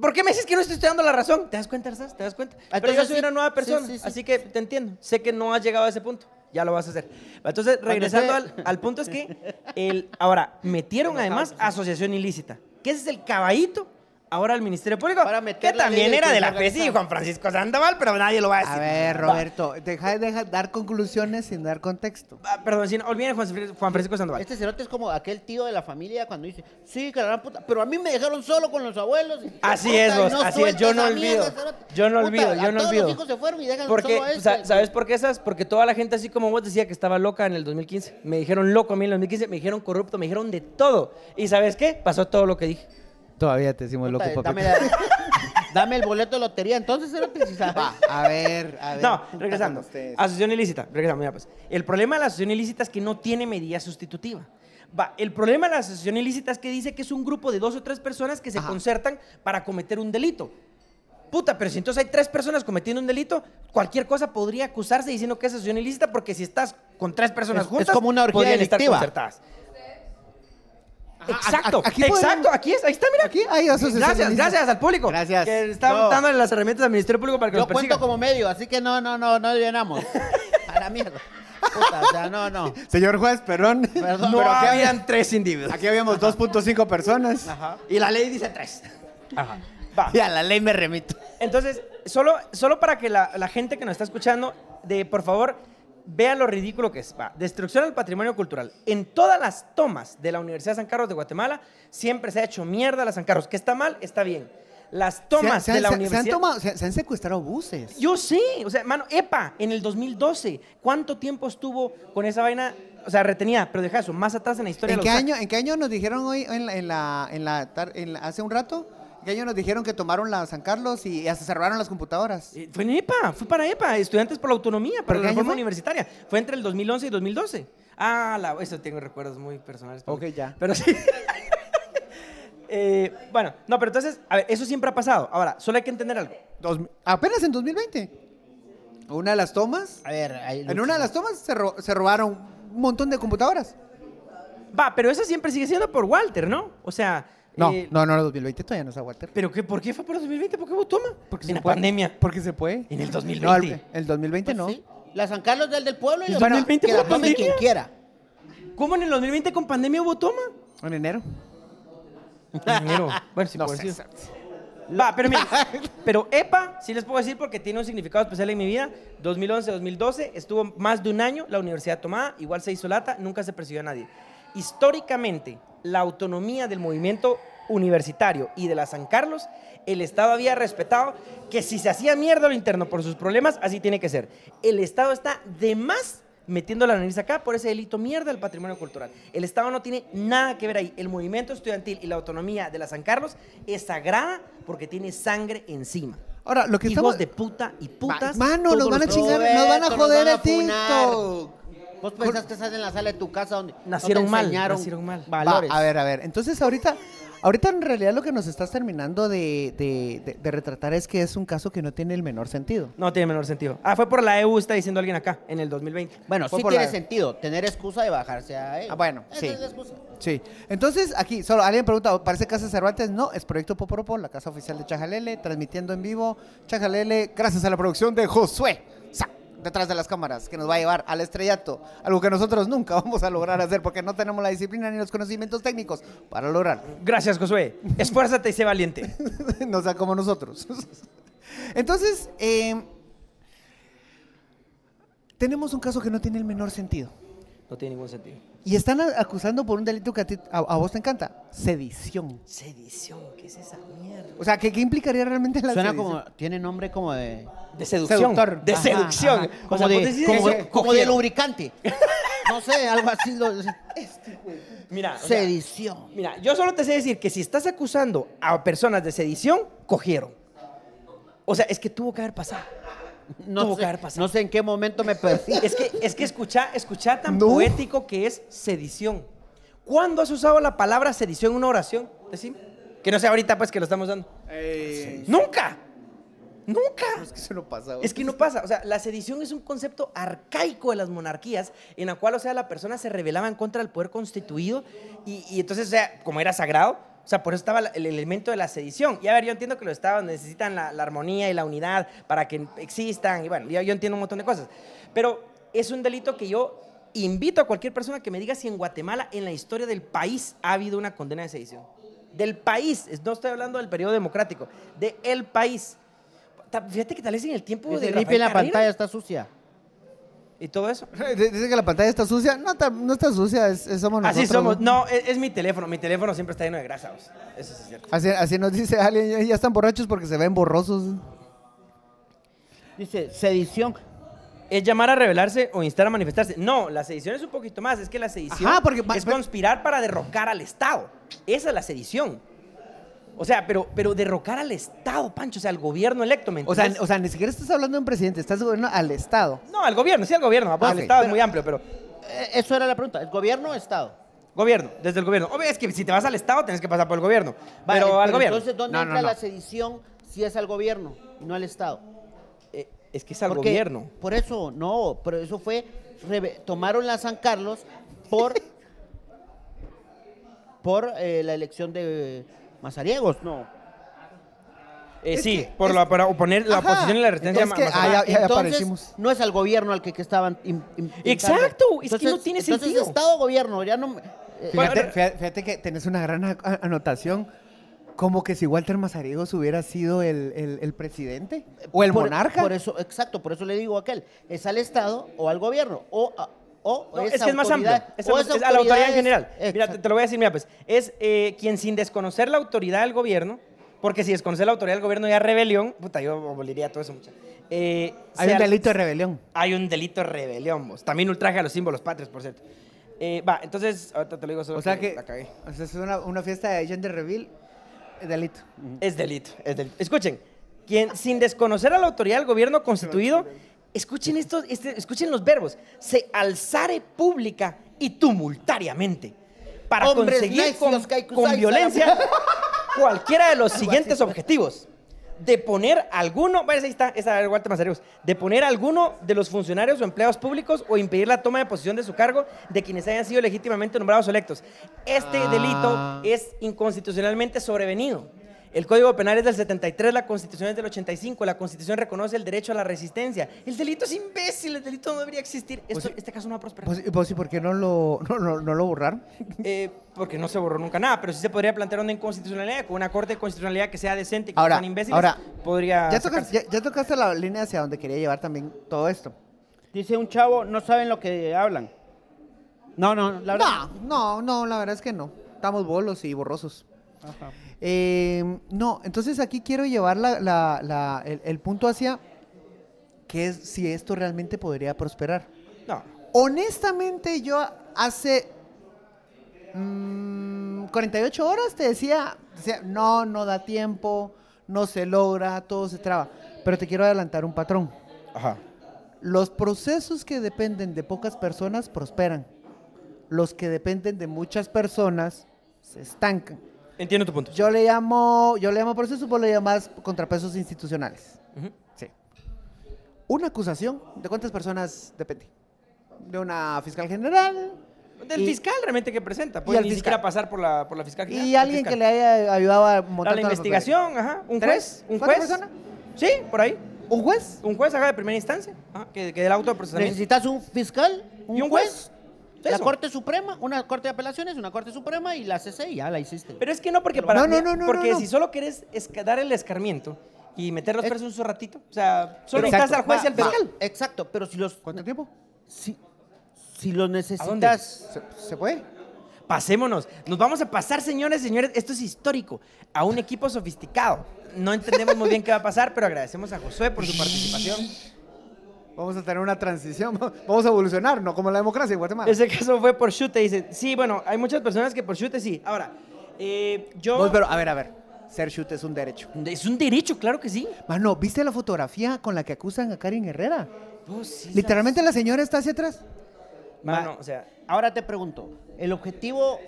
¿Por qué me dices que no estoy dando la razón? ¿Te das cuenta, Arsas? ¿Te das cuenta? Pero Entonces, yo soy sí, una nueva sí, persona, sí, sí, así que te entiendo. Sé que no has llegado a ese punto. Ya lo vas a hacer. Entonces, regresando al, esté- al punto es que el, ahora metieron además asociación ilícita, que ese es el caballito ahora al Ministerio Público, Para meter que la ley también de era de la crimen FECI y Juan Francisco Sandoval, pero nadie lo va a decir. A ver, Va. Roberto, deja de dar conclusiones sin dar contexto. Va, perdón, sí, no, olviden Juan, Fr- Juan Francisco Sandoval. Este cerote es como aquel tío de la familia cuando dice, sí, que la gran puta, pero a mí me dejaron solo con los abuelos. Y, Así puta, es, y vos, así es, yo suelto no esa mierda, olvido, cerote. yo no Puta, olvido, yo a no todos olvido. los hijos se fueron y dejan Porque, solo a o sea, este. ¿sabes por qué esas? Porque toda la gente así como vos decía que estaba loca en el 2015. Me dijeron loco a mí en el 2015, me dijeron corrupto, me dijeron de todo. ¿Y sabes qué? Pasó todo lo que dije. Todavía te decimos Puta, dame, la- dame el boleto de lotería, entonces cerote, si sabes. A ver, a ver. No, regresando. Asociación ilícita. Regresamos, mira, pues. El problema de la asociación ilícita es que no tiene medida sustitutiva. Va, el problema de la asociación ilícita es que dice que es un grupo de dos o tres personas que se Ajá. concertan para cometer un delito. Puta, pero si entonces hay tres personas cometiendo un delito, cualquier cosa podría acusarse diciendo que es asociación ilícita porque si estás con tres personas Es- es juntas, como una orgía podrían estar delictiva. concertadas. Exacto, a- aquí exacto, podemos- aquí es, ahí está, mira. Aquí hay asociación Gracias, ilícita. gracias al público. Gracias. Que está No. dándole las herramientas al Ministerio Público para que Yo los persiga. cuento como medio, así que no, no, no, no llenamos. A la mierda. Puta, o sea, no, no. Señor juez, perdón. Perdón, No pero ¿qué habían tres individuos. Aquí habíamos 2.5 personas. Y la ley dice tres. Va. Y a la ley me remito. Entonces, solo, solo para que la, la gente que nos está escuchando, de por favor, Vea lo ridículo que es. Va, Destrucción al patrimonio cultural. En todas las tomas de la Universidad de San Carlos de Guatemala siempre se ha hecho mierda a la San Carlos. Que está mal, está bien. Las tomas se, de han- la se- se universidad. han tomado- se- se han secuestrado buses. Yo sí, o sea, mano, EPA, en el 2012, ¿cuánto tiempo estuvo con esa vaina? O sea, retenida, pero deja eso, más atrás en la historia. ¿En de qué, los- año, ¿En qué año nos dijeron hoy, en la, en la, en la tar- en la- hace un rato? ¿En qué año nos dijeron que tomaron la San Carlos y hasta cerraron las computadoras? Eh, Fue en EPA, fue para EPA, Estudiantes por la Autonomía, para ¿Pero la qué año Reforma fue? Universitaria. Fue entre el 2011 y 2012. Ah, la, eso tengo recuerdos muy personales. Ok, ya. Pero sí. Eh, bueno, no, pero entonces, a ver, eso siempre ha pasado. Ahora, solo hay que entender algo. Dos- apenas en 2020. Una de las tomas. A ver, ahí- En una de las tomas se, ro- se robaron un montón de computadoras. Va, pero eso siempre sigue siendo por Walter, ¿no? O sea. No, eh, no, no, 2020 todavía no es a Walter. ¿Pero qué, por qué fue por el 2020? ¿Por qué hubo toma? Porque se en la puede. pandemia. Porque se puede. En el No, 2020. el, el 2020 Pues no. Pues sí. La San Carlos del del pueblo y ¿Y otra, 2020 que la fue tome pandemia? quien quiera. ¿Cómo en el 2020 con pandemia hubo toma? En enero. En enero. Bueno, sí, pues, No puede sé, ser. Va, pero mira, pero EPA sí les puedo decir porque tiene un significado especial en mi vida. 2011-2012 estuvo más de un año la universidad tomada, igual se hizo lata, nunca se persiguió a nadie. Históricamente, la autonomía del movimiento universitario y de la San Carlos, el Estado había respetado que si se hacía mierda lo interno por sus problemas, así tiene que ser. El Estado está de más metiendo la nariz acá por ese delito mierda del patrimonio cultural. El Estado no tiene nada que ver ahí. El movimiento estudiantil y la autonomía de la San Carlos es sagrada porque tiene sangre encima. Ahora, lo que Hijos estamos... de puta y putas. Ma- mano, nos todos van a los- chingar. nos van a Roberto, joder el nos van a funar. TikTok. Vos pensás que estás en la sala de tu casa donde no te Nacieron mal, enseñaron nacieron mal. Va, Valores. a ver, a ver. Entonces, ahorita, ahorita en realidad lo que nos estás terminando de, de- de- de retratar es que es un caso que no tiene el menor sentido. No tiene menor sentido. Ah, fue por la EU, está diciendo alguien acá, en el 2020. Bueno, Fue sí por tiene la- sentido tener excusa de bajarse a él. Ah, bueno, Esa sí. es la excusa. Sí. Entonces, aquí, solo alguien pregunta, ¿parece Casa Cervantes? No, es Proyecto Poporopo, la casa oficial de Chajalele, transmitiendo en vivo Chajalele, gracias a la producción de Josué, Sa- detrás de las cámaras, que nos va a llevar al estrellato, algo que nosotros nunca vamos a lograr hacer porque no tenemos la disciplina ni los conocimientos técnicos para lograrlo. Gracias, Josué. Esfuérzate y sé valiente. no sea como nosotros. Entonces, eh, tenemos un caso que no tiene el menor sentido. No tiene ningún sentido. Y están a- acusando por un delito que a, ti- a- a vos te encanta, sedición. Sedición, ¿qué es esa mierda? O sea, ¿qué, qué implicaría realmente la Suena sedición? como, tiene nombre como de... De seducción. Seductor. De Ajá, seducción. ajá. O Como, sea, pues, vos de, decís- como, Ese- de, como de cogieron. lubricante. No sé, algo así. Lo, Mira, o sea, sedición. mira, yo solo te sé decir que si estás acusando a personas de sedición, cogieron. O sea, es que tuvo que haber pasado. No tuvo que sé, haber pasado. no sé en qué momento me perdí. Es que, es que escucha, escucha tan No. poético que es sedición. ¿Cuándo has usado la palabra sedición en una oración? Decime. Que no sea ahorita, pues, que lo estamos dando. ¡Nunca! ¡Nunca! Eso no pasa. güey. Es que no pasa, o sea, la sedición es un concepto arcaico de las monarquías, en la cual, o sea, la persona se rebelaba en contra del poder constituido y, y entonces, o sea, como era sagrado, o sea, por eso estaba la- el elemento de la sedición. Y a ver, yo entiendo que los estados necesitan la, la armonía y la unidad para que existan, y bueno, yo, yo entiendo un montón de cosas, pero es un delito que yo invito a cualquier persona que me diga si en Guatemala, en la historia del país, ha habido una condena de sedición. Del país, es- no estoy hablando del periodo democrático, de el país. Ta- Fíjate que tal vez en el tiempo de Dice, Rafael limpia la Carrera pantalla, está sucia. y todo eso. Dice que la pantalla está sucia. No, ta- no está sucia, es- es- somos nosotros. Así somos. No, e, es, es mi teléfono. Mi teléfono siempre está lleno de grasa. vos. Eso sí es cierto. Así, así nos dice alguien, ya- ya están borrachos porque se ven borrosos. Dice, sedición. ¿Es llamar a rebelarse o instar a manifestarse? No, la sedición es un poquito más. Es que la sedición Ajá, porque- es conspirar para derrocar al Estado. Esa es la sedición. O sea, pero, pero derrocar al Estado, Pancho, o sea, al gobierno electo, ¿me O sea, entendés? o sea, ni siquiera estás hablando de un presidente, estás gobierno al Estado. no, al gobierno, sí al gobierno, Ah, al ok, Estado es pero- muy amplio, pero Eh, Eso era la pregunta. ¿Es gobierno o Estado? gobierno, desde el gobierno. Obvio, es que si te vas al Estado, tienes que pasar por el gobierno, Vale, pero al gobierno. Entonces, ¿dónde No, no, entra no. la sedición si es al gobierno y no al Estado? Eh, es que es al Porque- gobierno. Por eso, no, pero eso fue. reve- tomaron la San Carlos por. por eh, la elección de Mazariegos, no. Eh, Es sí, que- por es- la, para oponer la Ajá, oposición y la resistencia. es ma- que- más- ah, ya- ya Entonces, aparecimos. No es al gobierno al que, que estaban. im- im- Exacto, pintando. es que no tiene entonces, sentido. Estado, gobierno, ya no. me- eh, Bueno, Fíjate, fíjate- fíjate que tenés una gran a- anotación. Como que si Walter Mazariegos hubiera sido el, el- el presidente o el Por- e-, monarca. Por eso, exacto, por eso le digo a aquel, es al Estado o al gobierno o a- o No, es, es que es más autoridad, amplio. Es, o am- es es a la autoridad en autoridades- general. Mira, te, Exacto. te lo voy a decir, mira, pues, es eh, quien sin desconocer la autoridad del gobierno, porque si desconocer la autoridad del gobierno ya es rebelión, puta, yo aboliría todo eso, mucha. Eh, Hay un sea- delito de rebelión. Hay un delito de rebelión, vos. También ultraje a los símbolos patrios, por cierto. Eh, Va, entonces, ahorita te lo digo solo O sea que que. la cagué. O sea, es una, una fiesta de gender reveal. eh, Delito. Es delito, es delito. Escuchen, quien sin desconocer a la autoridad del gobierno constituido, escuchen estos, este- escuchen los verbos, se alzare pública y tumultariamente para Hombres conseguir con, necios, caicuzais, con a la violencia cualquiera de los así, siguientes objetivos. De poner alguno, bueno, ahí está, esa era Walter Mazariegos, de poner alguno de los funcionarios o empleados públicos o impedir la toma de posición de su cargo de quienes hayan sido legítimamente nombrados o electos. Este Ah. delito es inconstitucionalmente sobrevenido. El Código Penal es del 73, la Constitución es del 85, la Constitución reconoce el derecho a la resistencia. El delito es imbécil, el delito no debería existir. Pues Esto- este caso no va a prosperar. ¿Vos, vos Pues, y por qué no lo, no, no- no lo borraron? Eh, porque no se borró nunca nada, pero sí se podría plantear una inconstitucionalidad, con una corte de constitucionalidad que sea decente y que Ahora, no sean imbéciles, ahora, podría Ya tocaste, Ah, sacarse. ya- ya tocaste la línea hacia donde quería llevar también todo esto. Dice un chavo, no saben lo que hablan. No, no, la verdad. No, no, no, la verdad es que no. Estamos bolos y borrosos. Eh, no, entonces aquí quiero llevar la- la- la- el, el punto hacia que es si esto realmente podría prosperar. No, Honestamente, yo hace mm, 48 horas te decía, decía, no, no da tiempo, no se logra, todo se traba. Pero te quiero adelantar un patrón. ajá. Los procesos que dependen de pocas personas prosperan. Los que dependen de muchas personas se estancan. Entiendo tu punto. Yo le llamo, yo le llamo procesos, vos le llamás contrapesos institucionales. Ujú. Sí. Una acusación, ¿de cuántas personas depende? De una fiscal general Del y- fiscal realmente que presenta, y puede al ni fiscal. siquiera pasar por la, por la fiscal. general, y el alguien fiscal. que le haya ayudado a montar a la todos los investigación, ajá. ¿Un ¿Tres? juez? ¿Un ¿Cuatro juez? personas? Sí, por ahí. papeles. ¿Un juez? Un juez ajá, de primera instancia, ajá, que, que del auto de procesamiento. Necesitas un fiscal, un, ¿Y un juez, juez? la Eso. Corte Suprema, una Corte de Apelaciones, una Corte Suprema y la CC y ya la hiciste. Pero es que no, porque para No, no, mira, no, no, Porque no, no. si solo querés esca- dar el escarmiento y meter los Es- presos un ratito, o sea, solo Exacto. necesitas al juez y al Va, va, fiscal. Exacto, pero si los ¿Cuánto tiempo? si, si los ¿A necesitas ¿Se, se puede? Pasémonos. Nos vamos a pasar, señores, señores. Esto es histórico. A un equipo sofisticado. No entendemos muy bien qué va a pasar, pero agradecemos a Josué por su participación. Vamos a tener una transición, vamos a evolucionar, no como la democracia en Guatemala. Ese caso fue por chute, dice. Sí, bueno, hay muchas personas que por chute sí. Ahora, eh, yo. Vos, pero, a ver, a ver. Ser shoot es un derecho. Es un derecho, claro que sí. Mano, ¿viste la fotografía con la que acusan a Karin Herrera? Vos sí Literalmente la señora está hacia atrás. sabes. Mano, o sea. Ahora te pregunto, el objetivo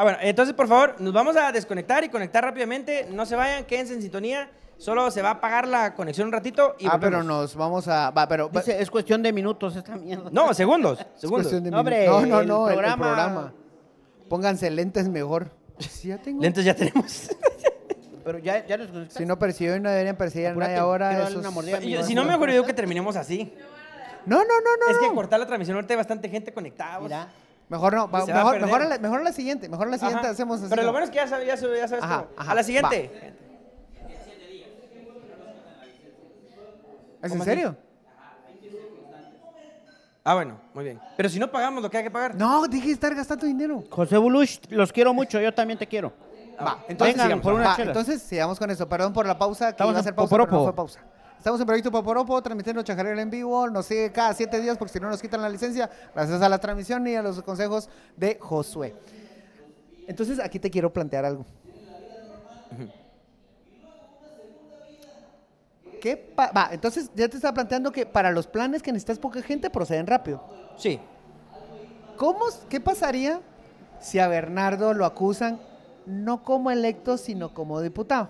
Ah, bueno, entonces, por favor, nos vamos a desconectar y conectar rápidamente. No se vayan, quédense en sintonía. Solo se va a apagar la conexión un ratito y. ah, pero volvemos. nos vamos a. Va, pero. va- dice, es cuestión de minutos esta mierda. No, segundos. es Segundos. cuestión de No, hombre, minutos. no, no, el no, el, el programa- programa. Pónganse lentes mejor. Sí, ya tengo. Lentes ya tenemos. pero ya ya nos conectaste. Si no persiguen, no deberían perseguir a Apúrate, nadie ahora. quiero darle esos- una mordida a mi Yo- vaso. si no, mejor digo que terminemos así. No, no, no, no. Es que no. cortar la transmisión ahorita hay bastante gente conectada. vos. Mira, Mejor no. va- Se va a mejor, perder. mejor, a la, mejor a la siguiente. Mejor a la Ajá. siguiente hacemos así. Pero lo ¿no? bueno es que ya sabes, ya sabes, ya sabes Ajá, cómo. ajá, A la siguiente. ¿Es ¿Cómo en así? serio? Ah, bueno, muy bien. Pero si no pagamos lo que hay que pagar. No, dije estar gastando dinero. José Bulush, los quiero mucho, yo también te quiero. Va, entonces entonces, sigamos, por una va, chela. entonces sigamos con eso. Perdón por la pausa, que Estamos iba a en ser pausa, Poporopo. pero no fue pausa. Estamos en Proyecto Poporopo, transmitiendo Chajarera en vivo. Nos sigue cada siete días porque si no nos quitan la licencia, gracias a la transmisión y a los consejos de Josué. Entonces, aquí te quiero plantear algo. ¿Qué pa- va, entonces ya te estaba planteando que para los planes que necesitas poca gente proceden rápido. Sí. ¿Cómo, ¿Qué pasaría si a Bernardo lo acusan no como electo, sino como diputado?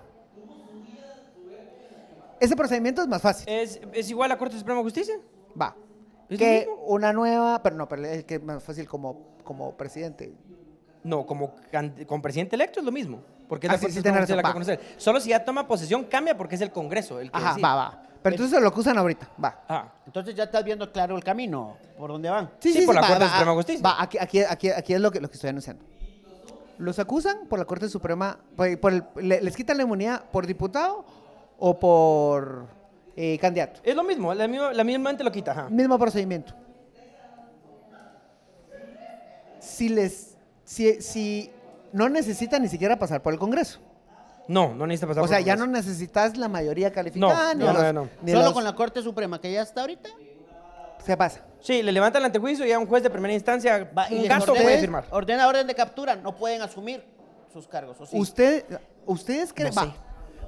Ese procedimiento es más fácil. ¿Es, es igual a la Corte Suprema de Justicia? Va. Eh, ¿es lo Que mismo? una nueva, pero no, pero el que es más fácil como, como presidente. No, como can- con presidente electo es lo mismo. Porque es Ah, la sí, Corte sí, Suprema tenés de Justicia la que razón, conocer. Solo si ya toma posesión cambia porque es el Congreso el que Ajá, decide. va, va. Pero entonces lo acusan ahorita, va. Ajá. Entonces ya estás viendo claro el camino, por dónde van. Sí, por la Corte Suprema de Justicia. Va, aquí, aquí, aquí, aquí es lo que, lo que estoy anunciando. los acusan por la Corte Suprema, por, por el- le- les quitan la inmunidad por diputado o por eh, candidato. Es lo mismo, la misma, la misma mente lo quita. ajá. Mismo procedimiento. Si les, si, si no necesita ni siquiera pasar por el Congreso. No, no necesita pasar O por sea, ya no Congreso. necesitas la mayoría calificada. No, ni no, a los- no, no. ni a Solo los- con la Corte Suprema, que ya está ahorita. Se pasa. Sí, le levanta el antejuicio y a un juez de primera instancia, va- un les gasto ordena- puede firmar. Ordena orden de captura, no pueden asumir sus cargos. ¿o sí? Usted, ustedes creen... No va, sé.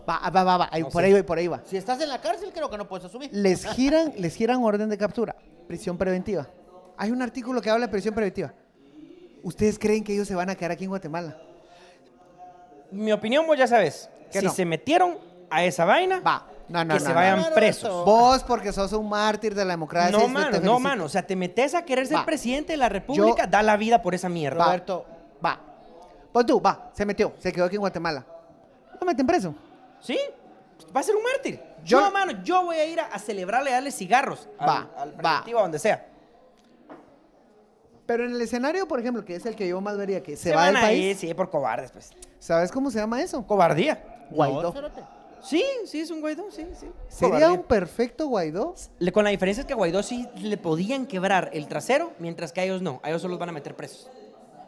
va, va, va, va, ahí- No por sé. ahí va, por ahí va. Si estás en la cárcel, creo que no puedes asumir. Les giran, les giran orden de captura, prisión preventiva. Hay un artículo que habla de prisión preventiva. ¿Ustedes creen que ellos se van a quedar aquí en Guatemala? Mi opinión, vos ya sabes, Que si no. se metieron a esa vaina, Va, no, no, que no, se no, vayan no. no, presos. eso. Vos porque sos un mártir de la democracia. y No, te mano, no, felicito. mano. O sea, te metes a querer ser Va. presidente de la República, da la vida por esa mierda. Va, va. Pon tú, va, se metió, se quedó aquí en Guatemala. Lo meten preso. ¿Sí? Va a ser un mártir. Yo- Yo, mano, yo voy a ir a, a celebrarle, a darle cigarros al- Va, va. al, preventivo, a donde sea. Pero en el escenario, por ejemplo, que es el que yo más vería, que se, va van del a ir, país, sí, por cobardes, pues. ¿sabes cómo se llama eso? Cobardía. Guaidó. No, espérate. Sí, sí, es un Guaidó, sí, sí. Sería Cobardía. un perfecto Guaidó. Le- Con la diferencia es que a Guaidó sí le podían quebrar el trasero, mientras que a ellos no. A ellos solo los van a meter presos.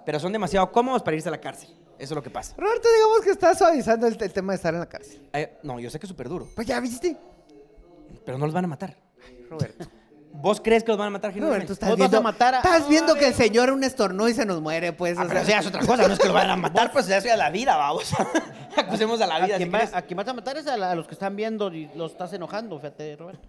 Pero son demasiado cómodos para irse a la cárcel. Eso es lo que pasa. Roberto, digamos que está suavizando el, el tema de estar en la cárcel. Eh, no, yo sé que es súper duro, Pues ya viste. pero no los van a matar. Roberto. ¿Vos crees que los van a matar Roberto, genuinamente? estás Vos vas a viendo, matar a- estás viendo que el señor un estornudo y se nos muere, pues. Ah, o pero sea, eso ya es otra cosa, no es que lo van a matar, pues ya es a la vida, vamos. Acusemos a la A vida. si quien, va- quieres. a quien vas a matar es a, la- a los que están viendo y los estás enojando, fíjate, Roberto.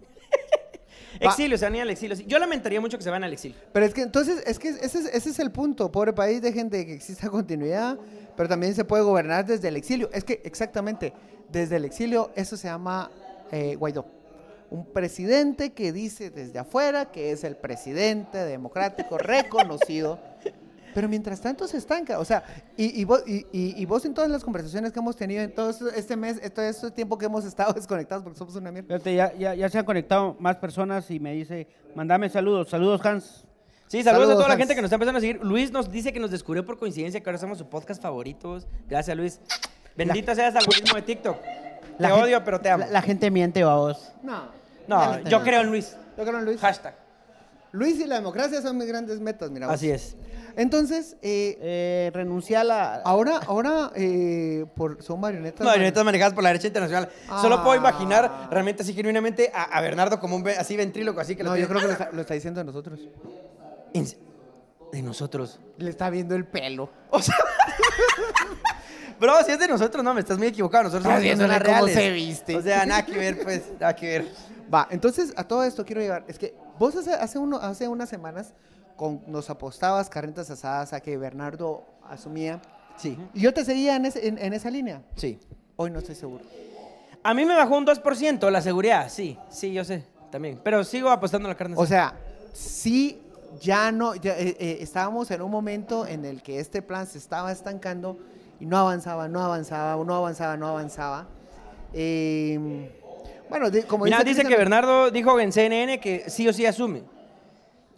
Exilio, se van a ir al exilio. Sí, Yo lamentaría mucho que se van al exilio. Pero es que entonces, es que ese es, ese es el punto, pobre país, dejen de que exista continuidad, pero también se puede gobernar desde el exilio. Es que exactamente, desde el exilio, eso se llama eh, Guaidó. Un presidente que dice desde afuera que es el presidente democrático reconocido, pero mientras tanto se estanca. O sea, y, y vos, y- y- y vos en todas las conversaciones que hemos tenido en todo esto- este mes, en todo este tiempo que hemos estado desconectados porque somos una mierda. Fíjate, ya, ya, ya se han conectado más personas y me dice, mandame saludos, saludos Hans. Sí, saludos, Saludos, a toda la Hans. gente que nos está empezando a seguir. Luis nos dice que nos descubrió por coincidencia que ahora somos su podcast favoritos. Gracias, Luis. Bendito seas algoritmo de TikTok. La te gen- odio, pero te amo. La, la gente miente, vos. No. no, yo creo en Luis. Yo creo en Luis. Hashtag. Luis y la democracia son mis grandes metas, mira. vos. Así es. Entonces, eh, Eh, renuncia a la... ahora, ahora eh, por, son marionetas. No, ahorita manejadas por la derecha internacional. Solo puedo Ah. imaginar realmente así genuinamente a, a Bernardo como un ve- así ventríloco, así que No, lo yo tiene- creo que lo está, lo está diciendo a nosotros. En- De nosotros. Le está viendo el pelo. O sea. Bro, si es de nosotros, no, me estás muy equivocado. Nosotros somos viéndole personas cómo reales. se viste. O sea, nada que ver, pues, nada que ver. Va, entonces a todo esto quiero llegar. Es que vos hace, hace, uno, hace unas semanas con, nos apostabas carretas asadas a que Bernardo asumía. Sí. Y yo te seguía en, ese- en- en esa línea. Sí. Hoy no estoy seguro. A mí me bajó un 2% la seguridad, sí, sí, yo sé, también. Pero sigo apostando a la carne. O asada. sea, sí, ya no, ya, eh, eh, estábamos en un momento en el que este plan se estaba estancando y no avanzaba, no avanzaba, no avanzaba, no avanzaba. Eh, bueno, de- como Mira, dice Cristian- que Bernardo dijo en CNN que sí o sí asume.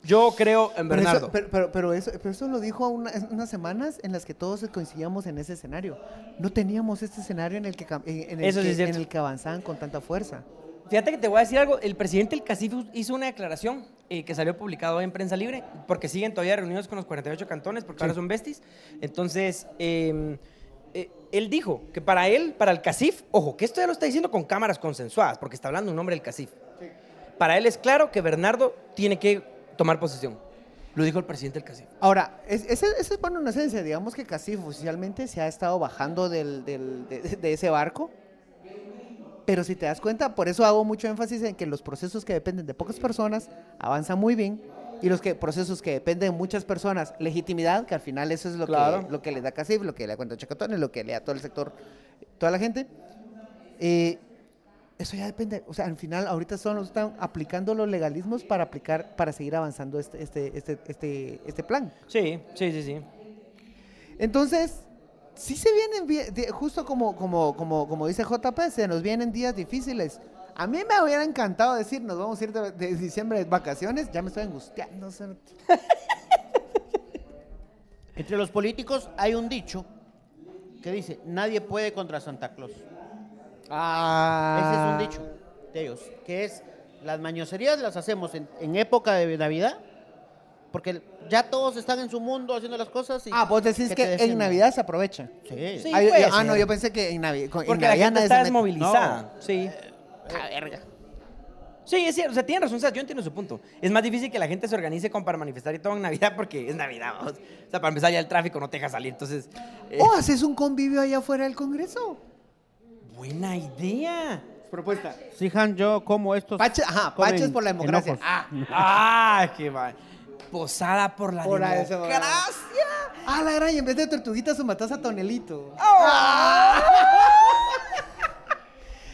Yo creo en pero eso- Bernardo. Pero, pero- pero eso, pero eso lo dijo una- es- unas semanas en las que todos coincidíamos en ese escenario. No teníamos este escenario en el que, cam- eh, en- en el Eso sí que- es cierto. en el que avanzaban con tanta fuerza. Fíjate que te voy a decir algo. El presidente El Cacife hizo una declaración eh, que salió publicado hoy en Prensa Libre, porque siguen todavía reunidos con los 48 cantones, porque ahora son besties. Entonces, eh, eh, él dijo que para él, para el Casif, ojo, que esto ya lo está diciendo con cámaras consensuadas, porque está hablando un nombre del Casif. Para él es claro que Bernardo tiene que tomar posesión. Lo dijo el presidente El Casif. Ahora, es- ese ese es bueno en esencia. Digamos que Casif oficialmente se ha estado bajando del- del- de, de ese barco. Pero si te das cuenta, por eso hago mucho énfasis en que los procesos que dependen de pocas personas avanzan muy bien. Y los que, procesos que dependen de muchas personas, legitimidad, que al final eso es lo, Claro. que, lo que le da Casif, lo que le da cuenta Chacatones, lo que le da todo el sector, toda la gente. Eh, eso ya depende. O sea, al final, ahorita solo están aplicando los legalismos para aplicar, para seguir avanzando este, este, este, este, este plan. Sí, sí, sí, sí. Entonces, sí se vienen, bien- de- justo como, como, como, como dice JP, se nos vienen días difíciles. A mí me hubiera encantado decir, nos vamos a ir de, de diciembre de vacaciones, ya me estoy angustiando. cerote. Entre los políticos hay un dicho que dice, nadie puede contra Santa Claus. Ah. Ese es un dicho de ellos, que es, las mañoserías las hacemos en, en época de Navidad, porque ya todos están en su mundo haciendo las cosas. Y Ah, vos decís te que en defiendan. Navidad se aprovecha. Sí. Sí, ah, yo- yo- puede ah, no, ser. yo pensé que en, Navi- con- en Porque la Navidad gente nadie está se mete. desmovilizada. Sí. Ah, verga. Sí, es cierto. O sea, tiene razón. o sea, yo entiendo su punto. Es más difícil que la gente se organice como para manifestar y todo en Navidad porque es Navidad. vamos. O sea, para empezar ya el tráfico no te deja salir. Entonces, eh, O haces un convivio allá afuera del Congreso. buena idea. Propuesta. Fijan yo como estos... Paches, ajá, comen paches por la democracia. enojos. Ah, Ah, qué mal. Posada por la por la democracia. democracia. Ah, la gran, y en vez de tortuguita se matas a Tonelito. Ah.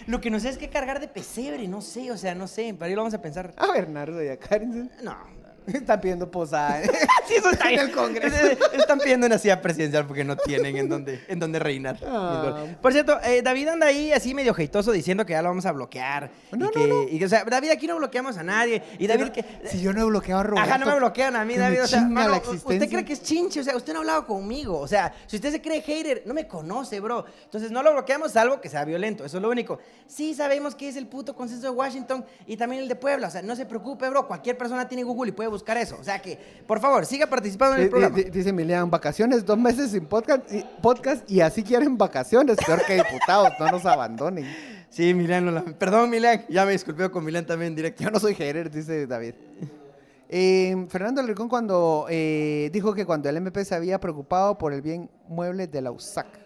Lo que no sé es qué cargar de pesebre, no sé, o sea, no sé, pero ahí lo vamos a pensar. A Bernardo y a Karen No. están pidiendo posada. ¿eh? Sí, eso está En bien. el Congreso. Eh, Están pidiendo una silla presidencial porque no tienen en dónde, en dónde reinar. Ah. Por cierto, eh, David anda ahí así medio jeitoso diciendo que ya lo vamos a bloquear. No, y no, que, y que, o sea, David, aquí no bloqueamos a nadie. Y David que... si yo no he bloqueado a Roberto. Ajá, no me bloquean a mí, que me David. O sea, chinga mano, la usted existencia. cree que es chinche, o sea, usted no ha hablado conmigo. O sea, si usted se cree hater, no me conoce, bro. Entonces no lo bloqueamos, salvo que sea violento. Eso es lo único. Sí, sabemos que es el puto consenso de Washington y también el de Puebla. O sea, no se preocupe, bro. Cualquier persona tiene Google y puede buscar eso. O sea que, por favor, siga participando Di- en el di- programa. di- Dice Emiliano, vacaciones, dos meses sin podcast y, podcast y así quieren vacaciones. Peor que diputados, no nos abandonen. Sí, Milán, no la- perdón, Milán. Ya me disculpé con Milán también en directo. Yo no soy Herer, dice David. Eh, Fernando Alarcón cuando eh, dijo que cuando el MP se había preocupado por el bien mueble de la USAC.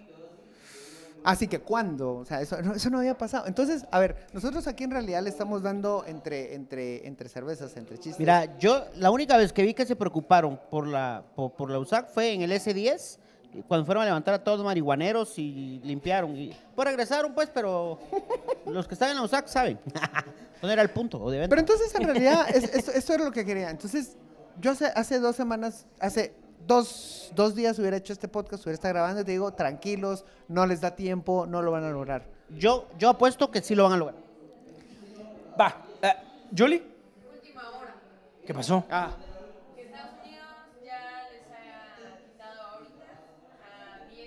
Así que cuando, o sea, eso, no- eso no había pasado. Entonces, a ver, nosotros aquí en realidad le estamos dando entre, entre, entre cervezas, entre chistes. Mira, yo la única vez que vi que se preocuparon por la, por, por la USAC fue en el S10, cuando fueron a levantar a todos los marihuaneros y limpiaron. Y, pues regresaron, pues, pero los que están en la USAC saben. ¿Dónde era el punto? o de venta. Pero entonces en realidad es- esto, esto era lo que quería. Entonces yo hace, hace dos semanas, hace dos, dos días hubiera hecho este podcast, hubiera estado grabando y te digo, tranquilos, no les da tiempo, no lo van a lograr. yo, yo apuesto que sí lo van a lograr. Va. eh, ¿Julie? Última hora. ¿Qué pasó? que Estados Unidos ya les ha quitado ahorita a 10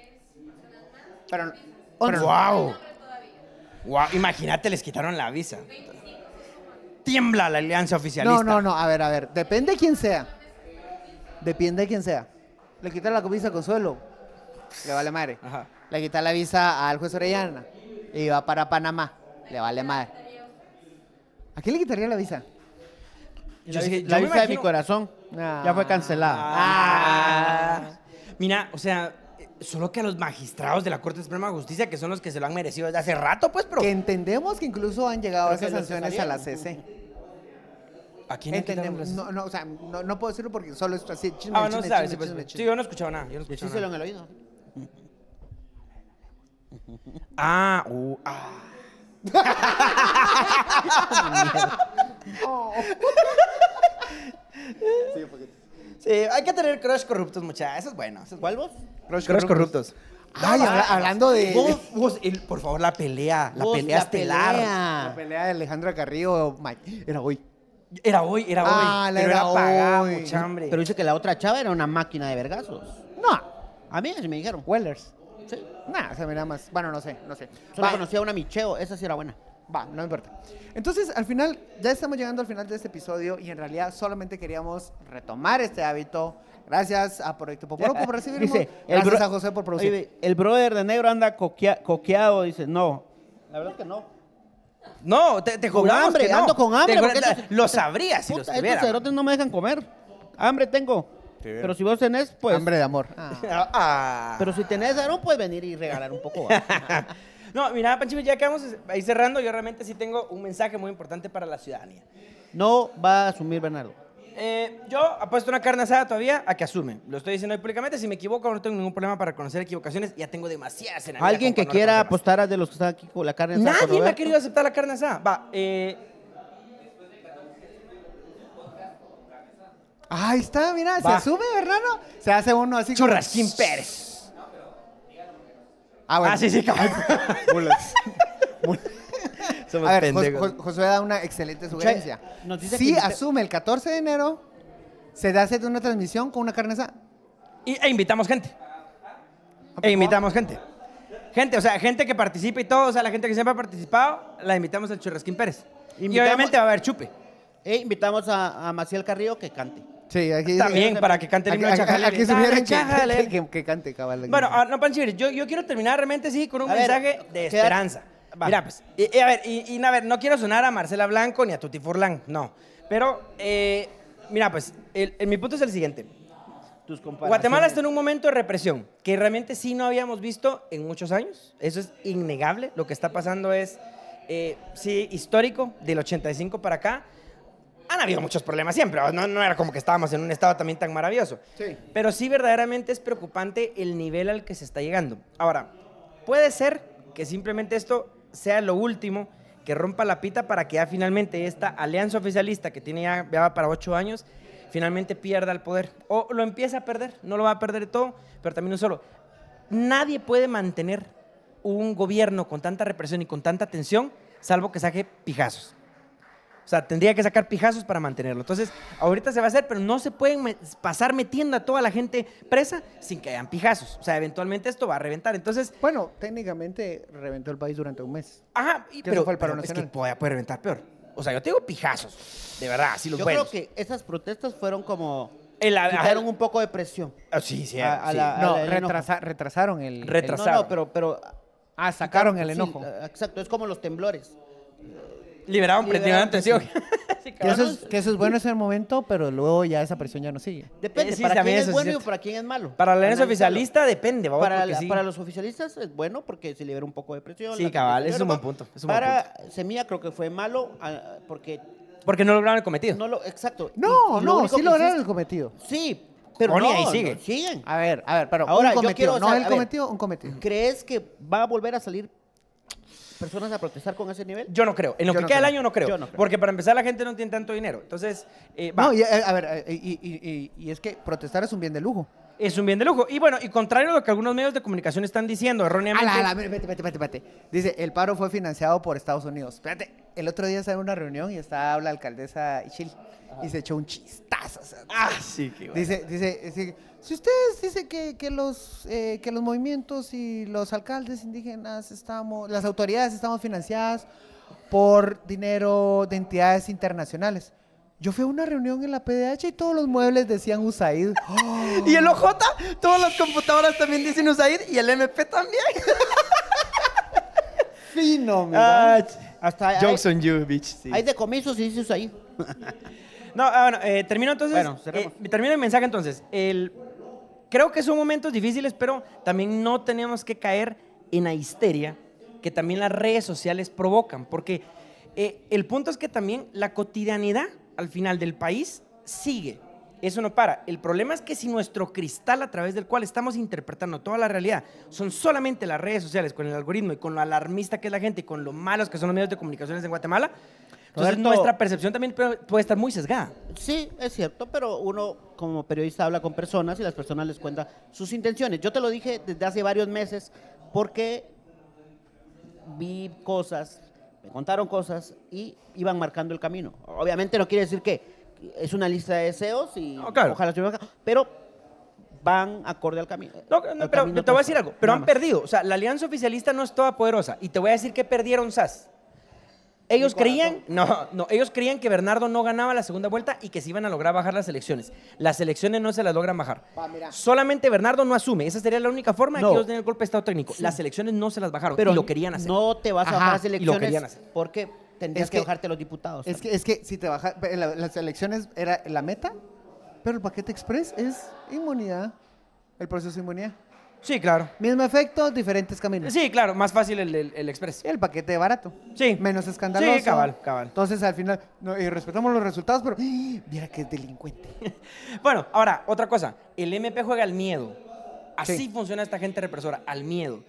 personas más. Pero, wow. Pero todavía. Wow, imagínate, les quitaron la visa. Tiembla la alianza no, oficialista. no, no, a ver, a ver, depende de quién sea. Depende de quién sea. Le quita la visa a Consuelo, le vale madre. Ajá. Le quita la visa al juez Orellana y va para Panamá, le vale madre. ¿A quién le quitaría la visa? Yo la sí- visa- yo la me visa de mi imagino- corazón Ah. ya fue cancelada. Ah. Mira, o sea, eh, solo que a los magistrados de la Corte Suprema de Justicia, que son los que se lo han merecido desde hace rato, pues, pero. Que entendemos que incluso han llegado Pero esas que los sanciones a la salieron. CC. ¿A quién le quitaron Entendemos. las- No, no, o sea, no, no puedo decirlo porque solo es así. Chisme, Ah, no chisme, chisme, sabes. Sí, pues, chisme, sí, chisme. yo no escuchaba nada. Yo no escuchaba Decíselo en nada. el oído. Ah, uh, ah. Sí, hay que tener crush corruptos, muchachos. Eso es bueno. Eso es ¿Cuál vos? Crush, corruptos. Ay, habla- hablando de Vos, vos, el- por favor, la pelea. La Vos, pelea la estelar. la Ah. pelea. pelea de Alejandra Carrillo, ma- era hoy. Era hoy, era hoy. Ah, la pero era, era pagada, hoy. mucha hambre. Pero dice que la otra chava era una máquina de vergazos. No, A mí así me dijeron. Wellers. Sí. Nah, se me da más. Bueno, no sé, no sé. Solo Va, conocía a una Micheo, esa sí era buena. Va, no me importa. Entonces, al final, ya estamos llegando al final de este episodio y en realidad solamente queríamos retomar este hábito. Gracias a Proyecto Poporopo por recibirnos. Dice, el Gracias bro- a José por producir. Oye, el brother de negro anda coquea- coqueado, dice, no. La verdad que no. no, te, te juramos hambre, que no. ando con hambre, Te juro- porque la- estos- lo sabría si lo Puta, estuviera. estos cerotes no me dejan comer. Hambre tengo. Pero si vos tenés, pues... Hambre de amor. Ah. Ah, ah. Pero si tenés, no puedes venir y regalar un poco. va. no, mira, Panchito, ya acabamos ahí cerrando. Yo realmente sí tengo un mensaje muy importante para la ciudadanía. no va a asumir Bernardo. Eh, yo apuesto una carne asada todavía a que asume. Lo estoy diciendo hoy públicamente. Si me equivoco, no tengo ningún problema para reconocer equivocaciones. Ya tengo demasiadas en la vida Alguien como que para no quiera reconocerlas. apostar a de los que están aquí con la carne asada con Nadie me ha Roberto. querido aceptar la carne asada. Va, eh, Ahí está, mira, Va. se sube, Bernardo. Se hace uno así como- Churrasquín Pérez. Ah, bueno. Ah, sí, sí, cabrón. Mulas. Somos A ver, Jos- pendejos. Jos- Josué da una excelente sugerencia. nos dice Si que- asume el 14 de enero, se da hacer una transmisión con una carne asada. Y- e invitamos gente. E invitamos gente. Gente, o sea, gente que participe y todo, o sea, la gente que siempre ha participado, la invitamos al Churrasquín Pérez. Y Invitamos- obviamente va a haber chupe. E invitamos a, a Maciel Carrillo que cante. Sí, aquí También, para que cante el Aquí, himno de aquí, Chajalele. aquí supieran Chajalele. que, que, que cante, cabal. Bueno, ah, no, Panchir, yo, yo quiero terminar realmente sí con un A ver, mensaje de queda- esperanza. Va. Mira, pues, y, y a ver, y, y, a ver, no quiero sonar a Marcela Blanco ni a Tuti Forlán, no. Pero, eh, mira, pues, el- el- mi punto es el siguiente. Tus comparaciones. Guatemala está en un momento de represión que realmente sí no habíamos visto en muchos años. Eso es innegable. Lo que está pasando es, eh, sí, histórico, del 85 para acá. Han habido muchos problemas siempre. No, no era como que estábamos en un estado también tan maravilloso. Pero sí verdaderamente es preocupante el nivel al que se está llegando. Ahora, puede ser que simplemente esto sea lo último que rompa la pita para que ya finalmente esta alianza oficialista que tiene ya, ya va para ocho años, finalmente pierda el poder. O lo empieza a perder, no lo va a perder todo, pero también no solo. Nadie puede mantener un gobierno con tanta represión y con tanta tensión, salvo que saque pijazos. O sea, tendría que sacar pijazos para mantenerlo. Entonces, ahorita se va a hacer, pero no se pueden me- pasar metiendo a toda la gente presa sin que hayan pijazos. O sea, eventualmente esto va a reventar. Entonces, Bueno, técnicamente reventó el país durante un mes. ajá, y- Que pero, eso fue el paro pero es que nacional. puede, puede reventar peor. O sea, yo te digo pijazos, de verdad, así los Yo buenos. creo que esas protestas fueron como... El- a- Quitaron un poco de presión. Ah, sí, sí, a- a sí. la- Ah, No, el enojo. retrasa- retrasaron el... Retra- el- No, Trazaron. no, pero... pero ah, sacaron el sí, enojo. eh, exacto, es como los temblores. liberaron, Liberaron pues, liberaron tensión. Que eso, es, que eso es bueno en el momento, pero luego ya esa presión ya no sigue. Depende, Eh, sí, para también quién es eso sí bueno es y para quién es malo. Para la alianza Analízalo. oficialista depende, ¿va? Para, Porque la- sí. para los oficialistas es bueno porque se libera un poco de presión. Sí, la gente cabal, se es un buen enoja. punto, es un buen para Semilla creo que fue malo ah, porque Porque no lograron el cometido. no lo... Exacto. y- No, y lo no, único sí que lograron el hiciste- cometido. Sí, pero Oni no, ahí sigue. no, siguen. A ver, a ver, pero Ahora, un yo cometido, quiero no saber- el a ver. cometido, un cometido. ¿Crees que va a volver a salir personas a protestar con ese nivel? Yo no creo. En lo Yo que no queda el creo. año no creo, Yo no creo. Porque para empezar la gente no tiene tanto dinero. Entonces, eh, va. No, y, eh, a ver, eh, y, y- y- y es que protestar es un bien de lujo. Es un bien de lujo. Y bueno, y contrario a lo que algunos medios de comunicación están diciendo A erróneamente. Ah, la, a la, espérate, espérate, espérate, espérate. Dice, el paro fue financiado por Estados Unidos. Espérate, el otro día estaba en una reunión y estaba la alcaldesa Ichil y se echó un chistazo. o sea, Ah, sí, qué bueno. Dice, dice, dice, si ustedes dicen que, que los, eh, que los movimientos y los alcaldes indígenas estamos, las autoridades estamos financiadas por dinero de entidades internacionales. Yo fui a una reunión en la PDH y todos los muebles decían USAID. Y el OJ, todas las computadoras también dicen USAID y el MP también. Fino, mira. Ah, Hasta hay, Johnson you, bitch. sí. hay decomisos y dices ahí. No, ah, bueno, eh, termino entonces. Bueno, cerremos. eh, termino el mensaje entonces. El, creo que son momentos difíciles, pero también no tenemos que caer en la histeria que también las redes sociales provocan, porque eh, el punto es que también la cotidianidad al final del país sigue. Eso no para. El problema es que si nuestro cristal a través del cual estamos interpretando toda la realidad son solamente las redes sociales, con el algoritmo y con lo alarmista que es la gente y con lo malos que son los medios de comunicaciones en Guatemala, entonces Roberto. nuestra percepción también puede puede estar muy sesgada. Sí, es cierto, pero uno como periodista habla con personas y las personas les cuentan sus intenciones. Yo te lo dije desde hace varios meses porque vi cosas, me contaron cosas y iban marcando el camino. Obviamente no quiere decir que es una lista de deseos y No, claro. ojalá se me haga, pero van acorde al camino. No, no, al pero camino te voy a trazado. decir algo. Pero Nada han más. perdido. O sea, la alianza oficialista no es toda poderosa. Y te voy a decir que perdieron SAS. Ellos Mi creían, no, no, ellos creían que Bernardo no ganaba la segunda vuelta y que se iban a lograr bajar las elecciones. Las elecciones no se las logran bajar. Solamente Bernardo no asume. Esa sería la única forma de No. que ellos den el golpe de estado técnico. Las elecciones no se las bajaron Pero y lo querían hacer. No te vas a bajar Ajá, las y lo elecciones querían hacer. porque tendrías Es que, que- bajarte los diputados. Es que, es que si te bajas, las elecciones era la meta, pero el paquete express es inmunidad, el proceso de inmunidad. Sí, claro. Mismo efecto, diferentes caminos. Sí, claro. Más fácil el, el- el Express. El paquete barato. Sí. Menos escandaloso. Sí, cabal, cabal. Entonces al final, no, y respetamos los resultados, pero ¡ah! mira que es delincuente. Bueno, ahora, otra cosa. El MP juega al miedo. Así Sí. funciona esta gente represora, al miedo.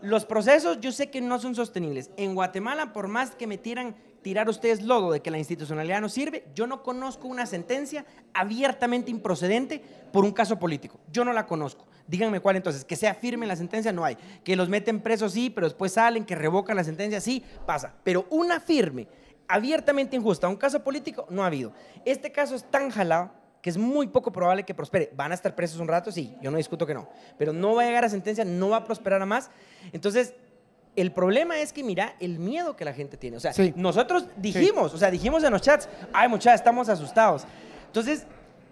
Los procesos yo sé que no son sostenibles. En Guatemala, por más que me tiran, tirar ustedes lodo de que la institucionalidad no sirve, yo no conozco una sentencia abiertamente improcedente por un caso político. Yo no la conozco. Díganme cuál entonces. Que sea firme la sentencia, no hay. Que los meten presos, sí, pero después salen, que revocan la sentencia, sí, pasa. Pero una firme, abiertamente injusta, un caso político, no ha habido. Este caso es tan jalado que es muy poco probable que prospere. Van a estar presos un rato, sí, yo no discuto que no, pero no va a llegar a sentencia, no va a prosperar a más. Entonces, el problema es que mira el miedo que la gente tiene. O sea, Sí. nosotros dijimos, o sea, dijimos en los chats, ay muchachos, estamos asustados. Entonces,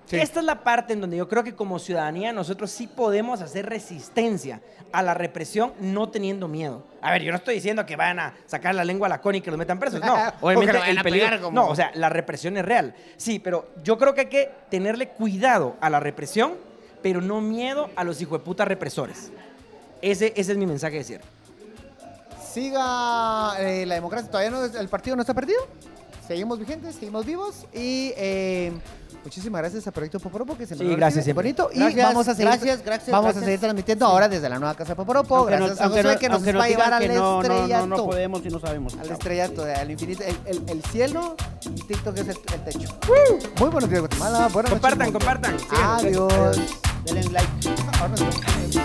Sí. esta es la parte en donde yo creo que como ciudadanía nosotros sí podemos hacer resistencia a la represión no teniendo miedo. A ver, yo no estoy diciendo que vayan a sacar la lengua a la CONI y que los metan presos. No, obviamente lo vayan el a peligro- pegar como- No, o sea, la represión es real. Sí, pero yo creo que hay que tenerle cuidado a la represión, pero no miedo a los hijueputas represores. Ese, ese es mi mensaje de cierre. Siga eh, la democracia. Todavía no, es- el partido no está perdido. Seguimos vigentes, seguimos vivos. Y eh, muchísimas gracias a Proyecto Poporopo que se Sí, gracias siempre. Bonito. y Gracias, vamos a seguir, gracias, gracias, vamos gracias. a seguir transmitiendo ahora desde la nueva casa de Poporopo. Aunque no- gracias a aunque Josué no- que nos aunque va a llevar al digan que no, no, no, estrellato. No, podemos y no sabemos. Al estrellato, al infinito. El, el- el cielo y TikTok es el, el techo. Muy buenos días, Guatemala. Buenas noches, Compartan, mundo. compartan. Adiós. Denle like. Ahora nos vemos.